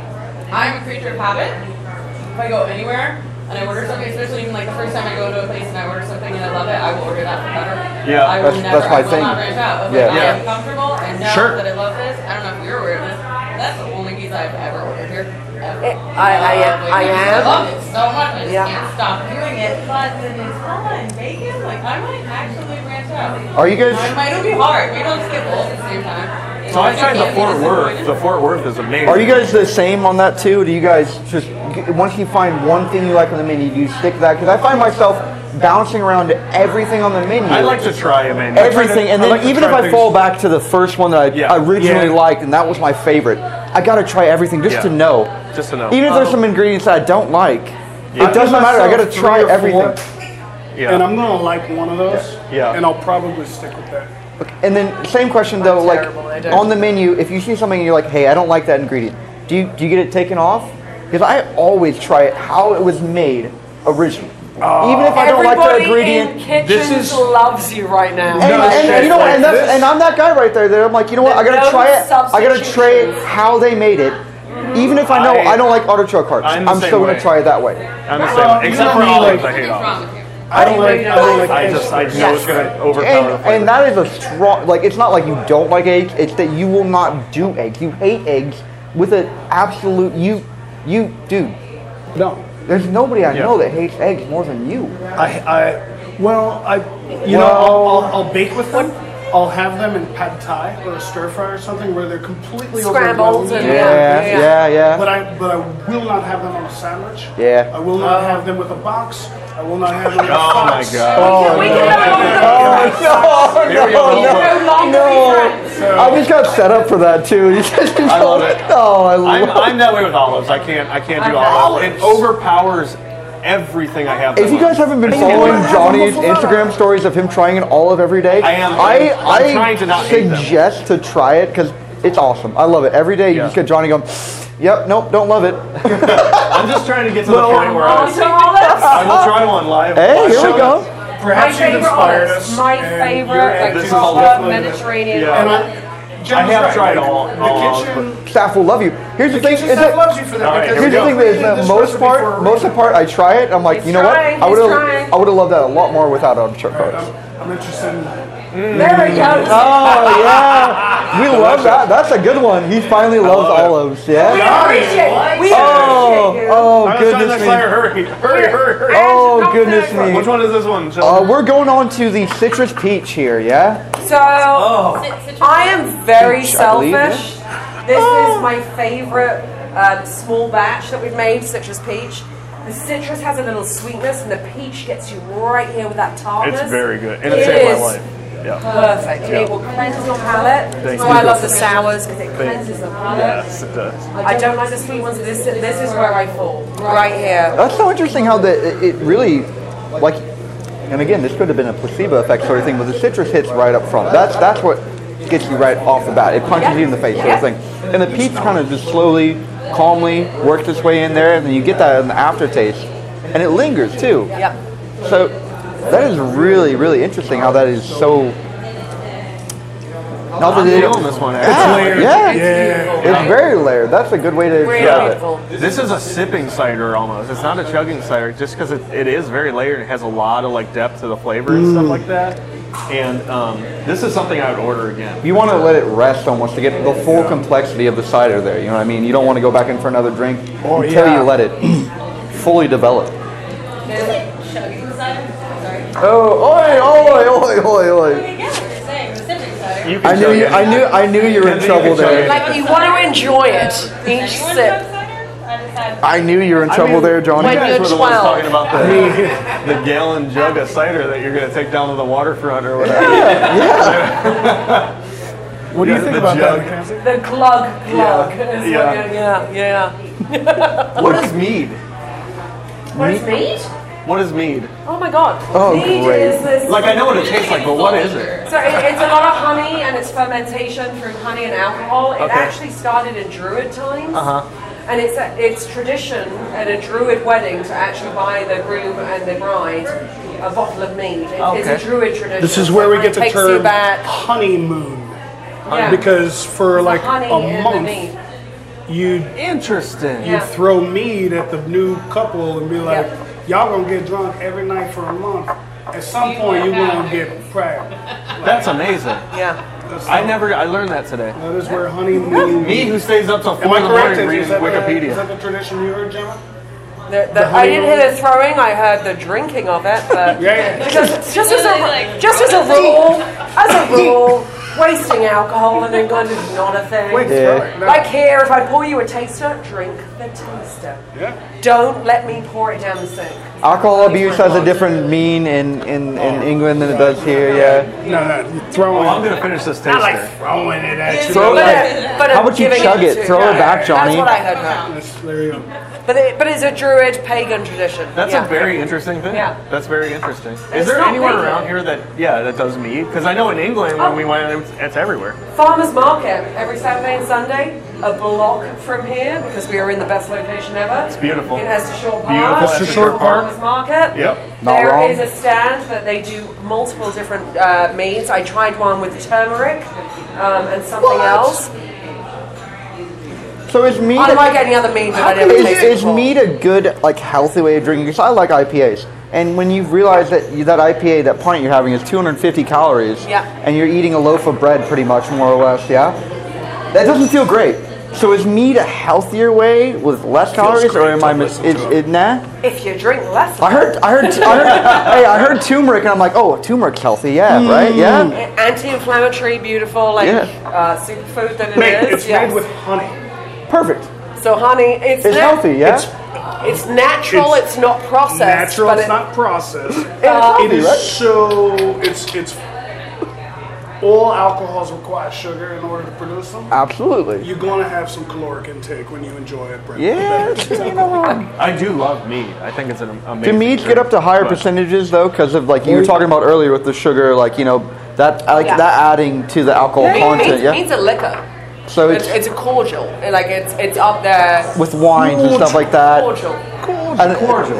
I'm a creature of habit. If I go anywhere and I order something, especially even like the first time I go to a place and I order something and I love it, I will order that for better. Yeah, I will that's- never, that's I my will thing. not branch out. I was Yeah. like, I am Yeah. comfortable. I know Sure. that I love this. I don't know if you're aware of this. but That's the only pizza I've ever ordered here. Ever. It- Eh, I, I, am- I I love am. it so much. I just Yeah. can't stop doing it. But the Nutella and bacon, like I might actually branch out. are you guys? Mine might it'll be hard. We don't skip all at the same time. So I tried the Fort Worth. The Fort Worth is amazing. Are you guys the same on that too? Do you guys just once you find one thing you like on the menu, do you stick to that? Because I find myself bouncing around to everything on the menu. I like to try a menu. everything, and I then like to even if try I fall things. back to the first one that I Yeah. originally Yeah. liked, and that was my favorite, I gotta try everything just Yeah. to know. Just to know. Even if there's some ingredients that I don't like, Yeah. it doesn't matter. I gotta Three try or everything. four, Yeah. And I'm gonna like one of those. Yeah. And I'll probably stick with that. And then same question though, like terrible, I don't- on the menu, if you see something and you're like, hey, I don't like that ingredient, do you do you get it taken off? Because I always try it how it was made originally. Even if I don't like that Everybody ingredient. in kitchens This is- loves you right now. And, and shit you know what? And, like that's, this. and I'm that guy right there. That I'm like, you know what? I gotta No try it. I gotta substitutions. try it how they made it. Even if I know I, I- don't like artichoke hearts, I'm I'm, the same still way. gonna try it that way. I'm the Well, same. you Except know for me, olives, like- I hate olives. I don't like. I don't like. I just I know eggs. it's gonna overpower. And, the flavor. and that is a strong like it's not like you don't like eggs, it's that you will not do eggs. You hate eggs with an absolute you you do. No. There's nobody I Yeah. know that hates eggs more than you. I. I. Well, I. You know, I'll, I'll, I'll bake with them. I'll have them in pad thai or a stir fry or something where they're completely Scrambled overwhelmed. and- Yeah, yeah, yeah, yeah. But I, but I will not have them on a sandwich. Yeah. I will Oh. not have them with a box. I will not have them with a Oh my box. god. we can no longer be friends. Oh, Here we go. We can no longer be friends. I just got set up for that too. I love it. Oh, I love I'm, I'm that way with olives. I can't I can't do olives. It overpowers everything I have. If you guys haven't been following Johnny's Instagram stories of him trying an olive every day, I am. I, I'm I trying to not hate them. suggest to try it because it's awesome. I love it. Every day you Yeah. just get Johnny going, yep, nope, don't love it. I'm just trying to get to the point where On I, to olives. I will try one live. Hey, live here show. we go. My Perhaps you've favorite inspired olives. us. My and your favorite, attitude like is proper definitely- Mediterrainian. Yeah. And olives. I, Jen's I have right, tried like, all- the all kitchen, olives, Staff will love you. Here's the The thing. kitchen Is staff it- loves you for that. All right, because here Here's the go. thing that is that This most recipe for part, a most of reason. the part I try it. I'm like, He's you know what? trying, I he's would trying. have, I would have loved that a lot more without artichoke hearts. I'm, I'm interested in There it goes. Oh yeah, we love that. That's a good one. He finally loves love it. olives. Yeah. We appreciate. We Oh, appreciate you. oh I'm just trying to goodness declare, me. Hurry, hurry, hurry, hurry. Oh goodness Which me. one is this one? Jill? Oh, Uh, we're going on to the citrus peach here, yeah? So Oh. I am very Peach, I believe, selfish. This Oh. is my favorite um, small batch that we've made, citrus peach. The citrus has a little sweetness, and the peach gets you right here with that tartness. it's very good. And It it saved is my life. Yeah. Perfect. It will cleanse your palate. That's you. why I love the sours because it cleanses the palate. Yes, it does. I don't like the sweet ones. This this is where I fall. Right here. That's so interesting how the it it really, like, and again, this could have been a placebo effect sort of thing, but the citrus hits right up front. That's that's what gets you right off the bat. It punches you in the face sort of thing. And the peach kind of just slowly, calmly works its way in there, and then you get that in the aftertaste, and it lingers too. Yep. So that is really, really interesting how that is so Not that I'm they feeling don't. this one. Yeah, actually. Yeah, Yeah. it's very layered. That's a good way to Really describe it. beautiful. This is a sipping cider almost. It's not a chugging cider, just because it, it is very layered and has a lot of like depth to the flavor and Mm. stuff like that. And um, this is something I would order again. You want to let it rest almost to get the full complexity of the cider there. You know what I mean? You don't want to go back in for another drink Oh, until yeah. you let it fully develop. They're like chugging cider. Sorry. Oh, oi, oi, oi, oi, oi. Yeah, we're saying sipping cider. You can I knew chug you, it. I knew, I knew you were in Kenzie, you can trouble chug it. there. Like you want to enjoy it each Anyone sip. chug cider? I just had. I knew you were in I trouble mean, there, You Johnny. When guys you're were the ones 12. talking about the, the gallon jug of cider that you're going to take down to the waterfront or whatever. What do you Yeah, think the about jug. that, Mackenzie? The glug glug. Yeah. Is Yeah. What, yeah, yeah. What is mead? What is mead? What is mead? Oh my god. Oh, mead great. is this. Like I know what it tastes like, but what is it? so it, it's a lot of honey and it's fermentation through honey and alcohol. It Okay. actually started in Druid times. And it's a, it's tradition at a Druid wedding to actually buy the groom and the bride a bottle of mead. It- Okay. It's a Druid tradition. This is where we Someone get the takes you term back. honeymoon. Uh, Yeah. Because for like honey a and the mead. month, you Interesting. you Yeah. throw mead at the new couple and be like, y'all gonna get drunk every night for a month. At some point, you gonna get proud. That's amazing. Yeah. I never. I learned that today. That is where honeymoon. Me who stays up till Am four I in the morning correct? Is- Is reading that, The, is Wikipedia. that the tradition you heard, John? The, the, I didn't hear the throwing. I heard the drinking of it. But Yeah, yeah. Because just as Really, a like, just as a rule, as a rule, wasting alcohol and England is not a thing. Wait, Yeah. sorry. No. Like here, if I pour you a taster, drink the taster. Yeah. Don't let me pour it down the sink. Alcohol abuse has a different mean in, in, in England than it does here, yeah. No, no. you Throwing. Well, Oh, I'm gonna finish this not like taster. throwing it at you. Throw but it. it- but How I'm about you giving chug it? to- Throw it back, Johnny. That's what I heard. Matt. That's- there you go. But it, but it's a Druid pagan tradition. That's yeah. a very interesting thing. Yeah. That's very interesting. Is It's there not anywhere legal. around here that yeah that does mead? Because I know in England when we went, it's, it's everywhere. farmers market every Saturday and Sunday, a block from here because we are in the best location ever. It's beautiful. In Estershore Park. Beautiful Estershore Estershore Park. Farmers market. Yep. Not There wrong. is a stand that they do multiple different uh, meats. I tried one with turmeric um, and something else. So is mead, Unlike any other meat that I never is, tasted is before. mead a good, like, healthy way of drinking? Because I like IPAs. And when you realize that you, that IPA, that pint you're having is 250 calories, Yeah. and you're eating a loaf of bread pretty much, more or less, yeah? That doesn't feel great. So is mead a healthier way with less calories, or am I mis- is, it, nah? If you drink less, I heard, I heard, I heard, hey, I heard turmeric, and I'm like, oh, turmeric's healthy, yeah, right, yeah. anti-inflammatory, beautiful, like Yeah. uh, superfood that it is. Made, it's yes. made with honey. Perfect. so honey. It's, It's nat- healthy, yeah. It's It's natural. It's, It's not processed. natural. but It's it- not processed. healthy, it is right? so. It's it's. All alcohols require sugar in order to produce them. Absolutely. You're going to have some caloric intake when you enjoy it, Brent. Yeah, it's- you know, um, I do love mead. I think it's an amazing. do meats drink, get up to higher but- percentages though, because of like you were talking about earlier with the sugar, like you know that I like Yeah. that adding to the alcohol content, means, yeah. a liquor. So It's, it's it's a cordial. Like it's it's up there. with wines and stuff like that. Oh. Cordial. And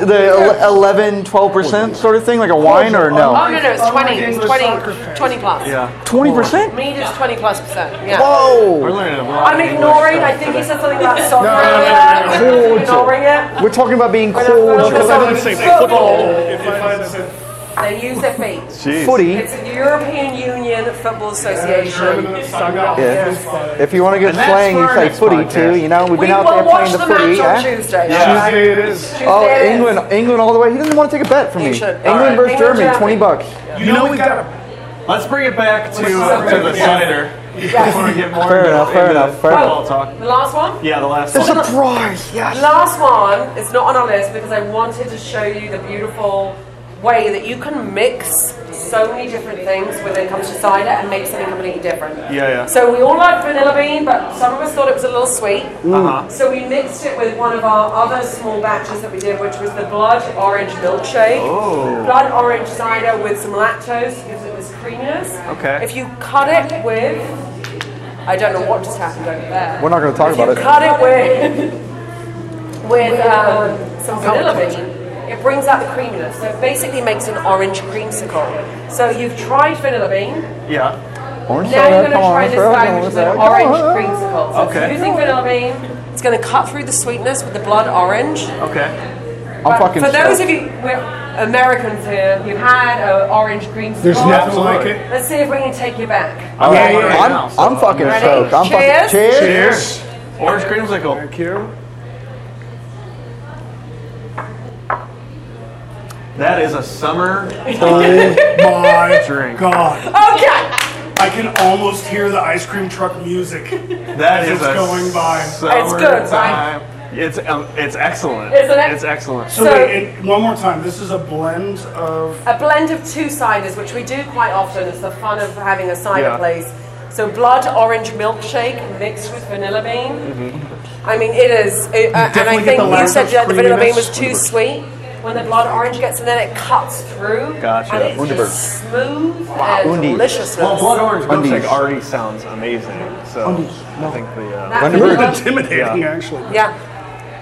the ele- 11, 12 percent sort of thing, like a wine or Oh no? no no, it's Unlike twenty. It's English soccer twenty. fans. Twenty plus. Yeah. Twenty percent? Mead is twenty plus percent. Yeah. We're Whoa! learning a lot. I'm of English ignoring. stuff I think he today. said something about soccer. no, no, no, earlier. no, I'm ignoring it. We're talking about being When I first cordial. saw I didn't say it, football. If I had said They use their feet. Jeez. Footy. It's the European Union Football Association. German soccer, Yeah. If you want to get And that's slang, for you our say next footy podcast. too. You know, we've We been out will there watch playing the the footy. match on eh? Tuesday. Yeah. Tuesday it is. Oh, Tuesday it is. England, England all the way. He didn't want to take a bet from You me. should. England All right. versus England, Germany, twenty Germany. bucks. You know we got a Let's bring it back to uh, to the cider before we get more Fair into- enough, fair into enough, fair football talk. The last one. Yeah, the last The one. surprise, yes. Last one is not on our list because I wanted to show you the beautiful way that you can mix so many different things when it comes to cider and make something completely different. Yeah, yeah. So we all like vanilla bean, but some of us thought it was a little sweet. Uh-huh. So we mixed it with one of our other small batches that we did, which was the blood orange milkshake. Oh. Blood orange cider with some lactose because it was creaminess. Okay. If you cut it with, I don't know what just happened over there. We're not going to talk If you about it. cut it with with um, some vanilla bean, it brings out the creaminess. So it basically makes an orange creamsicle. So you've tried vanilla bean, Yeah. Orange Now soda, you're going to come on, try let's this roll, guy, come which on, is let's an roll. orange creamsicle. So Okay. it's using vanilla bean. It's going to cut through the sweetness with the blood orange. Okay. I'm fucking For those of stoked. you we're Americans here, you've had an orange creamsicle. There's nothing like it. Let's see if we can take you back. I'm Yeah, on yeah, right yeah. now, I'm, so- I'm fucking Ready? stoked. I'm Cheers? fucking cheers. Cheers. Orange creamsicle. Thank you. That is a summer Oh My drink. God, Okay. I can almost hear the ice cream truck music. That As is it's a going by. summer It's good, right? time. It's um, it's excellent. Isn't it? It's excellent. So, So- wait, it, one more time. This is a blend of. A blend of two ciders, which we do quite often. It's the fun of having a cider Yeah. place. So blood orange milkshake mixed with vanilla bean. I mean, it is. It, uh, and I definitely get think the you lack said of that the vanilla bean was creaminess. too sweet. When the blood orange gets in there, it cuts through. Gotcha. And it's Wunderbar. just smooth and Undi. deliciousness. Well, blood orange Undies. milkshake already sounds amazing. So I think the uh, That Wunderbar. vanilla- Intimidating, actually. Yeah.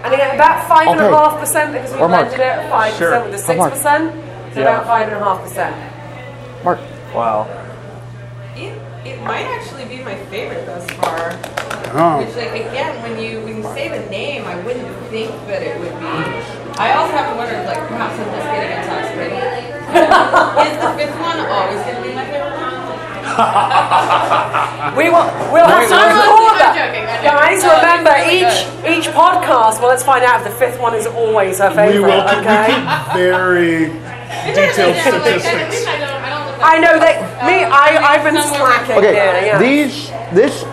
And again, about five and a Okay. half percent because we Or Mark. blended it at five Sure. percent with the Or six Mark. percent. So Yeah. about five and a half percent. Mark, wow. It, it might actually be my favorite thus far. Oh. Which, like, again, when you when you say the name, I wouldn't think that it would be. I also have to wonder, like, perhaps I'm just getting intoxicated. Is the fifth one always going to be my favorite one? We will. We'll have to I'm record joking, that. I'm joking, I'm joking. Guys, No, it's remember really each each podcast. Well, let's find out if the fifth one is always her favorite. We will keep, we okay. keep very detailed statistics. I don't. I don't I look know that me. Um, I I've been slacking. okay, Yeah, yeah. these, this,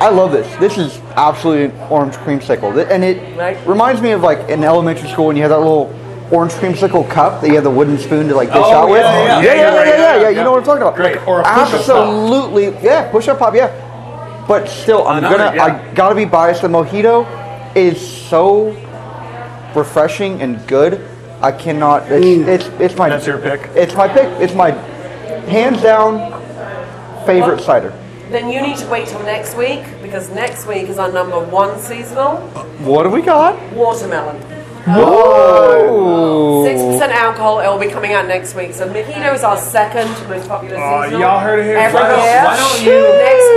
I love this. This is absolutely an orange creamsicle. Th- And it Right. reminds me of like in elementary school when you had that little orange creamsicle cup that you had the wooden spoon to like dish Oh, out with. yeah, yeah. yeah, Yeah, yeah, you're right, yeah, yeah, yeah, yeah. You know what I'm talking about. Great. Or a push-up Absolutely. Yeah, push up pop, yeah. But still, I'm Another, gonna, yeah. I gotta be biased. The mojito is so refreshing and good. I cannot, it's, it's, it's my. That's your pick? It's my pick. It's my hands down favorite cider. Then you need to wait till next week because next week is our number one seasonal What do we got? watermelon. Whoa! Six percent alcohol. It will be coming out next week. So mojito is our second most popular Aw, seasonal. y'all heard it here Every first. year. Why don't you- Next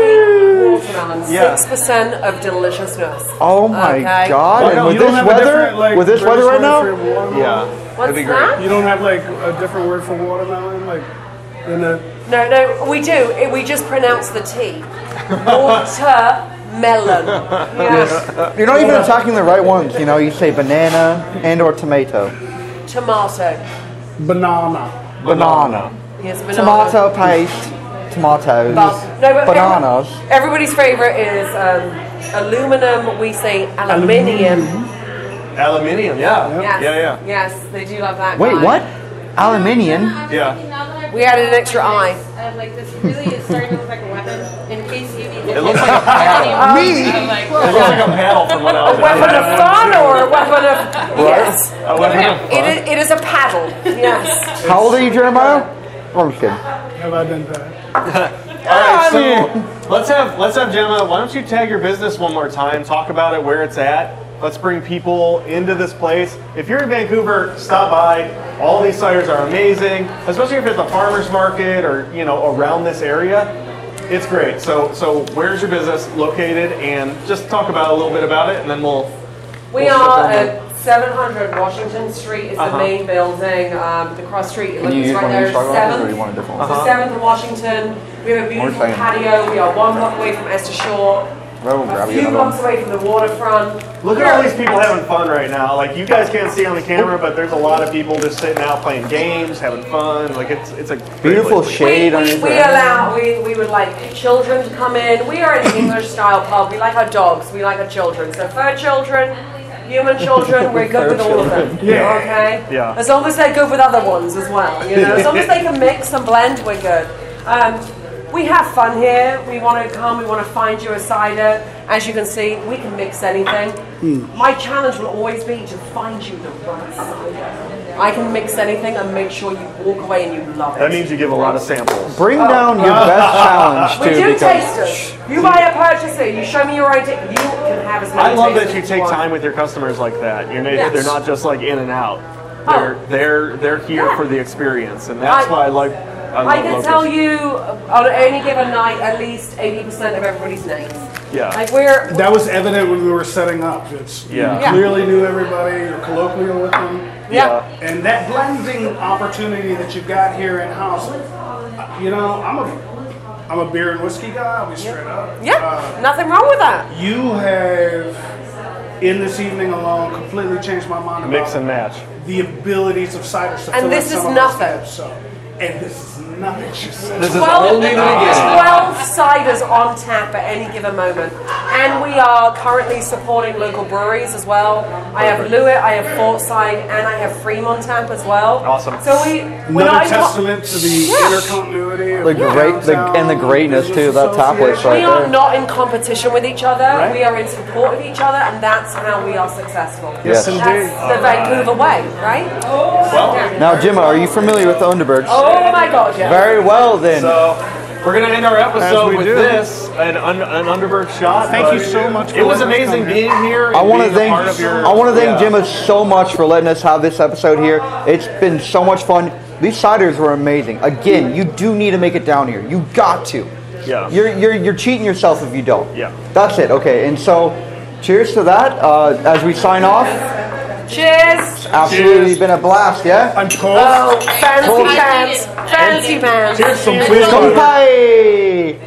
week, watermelon. Yeah. Six percent of deliciousness. Oh my Okay. god! Why and don't- with you don't this have a weather, different, like, with this weather right British now, word for watermelon? Yeah. What's That'd be great. that? You don't have like a different word for watermelon, like in the. No, no, we do. It, we just pronounce the T. Watermelon. Yeah. you're not even attacking the right ones. You know, you say banana and or tomato, Tomato. Banana. banana, Yes, banana. tomato paste, tomatoes, But, no, but every- bananas. everybody's favorite is um, aluminum. We say aluminium. Aluminium. Yeah. Yes. Yeah. Yeah. Yes, they do love that. Wait, guy. what? Aluminium? Yeah. We added an extra eye. Uh, like this really is starting to look like a weapon. In case you need It looks like a paddle. Me? I'm like, It looks like a paddle from what I was. Weapon of fun or a weapon of. Yes. A weapon It of fun. is, it is a paddle. Yes. How old are you, Jeremiah? Oh, I'm just kidding. Have I been bad? All right, so let's have let's have Gemma. Why don't you tag your business one more time? Talk about it, where it's at. Let's bring people into this place. If you're in Vancouver, stop by. All these ciders are amazing, especially if it's a farmers market or you know around this area. It's great. So so where's your business located? And just talk about a little bit about it, and then we'll. We We'll flip are over. at 700 Washington Street is the Uh-huh. main building. Um, the cross street, look, you it's use right one of there, these Starbucks, or you 7th. want a different one? So 7th and Washington. We have a beautiful saying. patio. We are one block away from Esther Shore. Well, we'll A grab you few another one. blocks away from the waterfront. Look at all these people having fun right now. Like you guys can't see on the camera, but there's a lot of people just sitting out playing games, having fun. Like it's it's a great Beautiful place. shade we, on we, your we allow, we, we would like children to come in. We are an English style pub. We like our dogs. We like our children. So fur children, human children, we're good with all of them. Yeah. Okay? Yeah. As long as they're good with other ones as well. You know, as long as they can mix and blend, we're good. Um, we have fun here. We want to come. We want to find you a cider. As you can see, we can mix anything. Hmm. My challenge will always be to find you the right cider. I can mix anything and make sure you walk away and you love it. That means you give a lot of samples. Bring down your best challenge Oh. We too, do because taste it. You buy a purchaser, you show me your idea, you can have as many I love tastes that you as take want. time with your customers like that. You're not, Yes. they're not just like in and out. They're Oh. they're they're here Yeah. for the experience, and that's I- why I like love I can locals. tell you on any given night at least 80% of everybody's names. Yeah. Like we're That was evident when we were setting up. It's you Yeah. clearly knew everybody. You're colloquial with them. yeah. And that blending opportunity that you've got here in house, uh, you know, I'm a, I'm a beer and whiskey guy. I'll be straight up. Yeah, nothing wrong with that. You have, in this evening alone, completely changed my mind about Mix and match. the abilities of cider. So And fill in this some is of those nothing. gaps, so, and this is nothing. She said. This is 12, only the beginning. 12 ciders on tap at any given moment. And we are currently supporting local breweries as well. I have Lewitt, I have Fortside, and I have Fremont tap as well. Awesome. So we, we're not, Another testament to the Yeah. inner continuity of The great- the- downtown and the greatness, too, of that business top list, association. right we are there. not in competition with each other. We are in support of each other, and that's how we are successful. That's Yes. the Vancouver way, right? Well, Now, Jimma, are you familiar with the Underbergs? Oh my God, yeah. Very well, then. so we're gonna end our As episode we with do. this an, un, an Underberg shot. Thank you but so much for It was letting us amazing come here. being here. and I want to being a thank part of your- I want to thank yeah. Jimma so much for letting us have this episode here. It's been so much fun. These ciders were amazing. Again, you do need to make it down here. You got to. Yeah. You're you're you're cheating yourself if you don't. Yeah. That's it. Okay. And so, cheers to that. Uh, as we sign off, Cheers! absolutely Cheers. been a blast. Yeah. I'm cold. Oh, fancy Cheers. pants, fancy pants. Here's some Cheers. whiskey. Kanpai!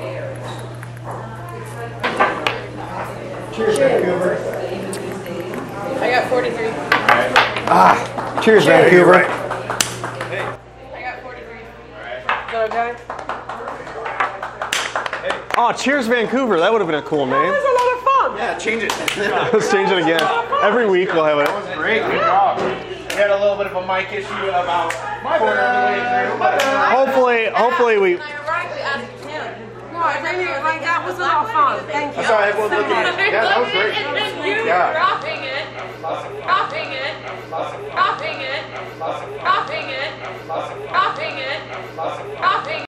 I got 43. I Cheers, Vancouver. got 43. Is that okay? Oh, cheers, Vancouver. That would have been a cool name. That was a lot of fun. Let's change it again. Every week we'll have it. Great, good job. We had a little bit of a mic issue about quarter of the way through. but- Hopefully, hopefully we. Ironically, asked him. No, I really like that was a lot of fun. Thank you. I saw everyone looking at it. Yeah, that was great. And then you Yeah. dropping it, dropping it, dropping it, dropping it, dropping it, dropping it.